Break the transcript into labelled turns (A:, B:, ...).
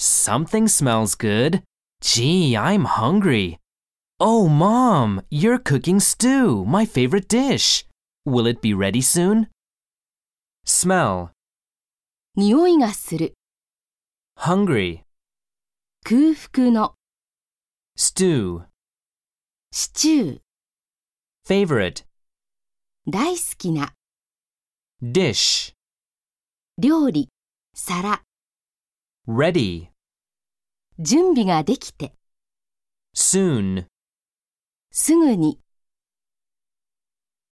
A: something smells good. Gee, I'm hungry. Oh, Mom, you're cooking stew, my favorite dish. Will it be ready soon? Smell,
B: 匂いがする
A: hungry,
B: 空腹の
A: stew,
B: シチュー
A: favorite,
B: 大好きな
A: dish,
B: 料理皿
A: ready,
B: 準備ができて
A: soon,
B: すぐに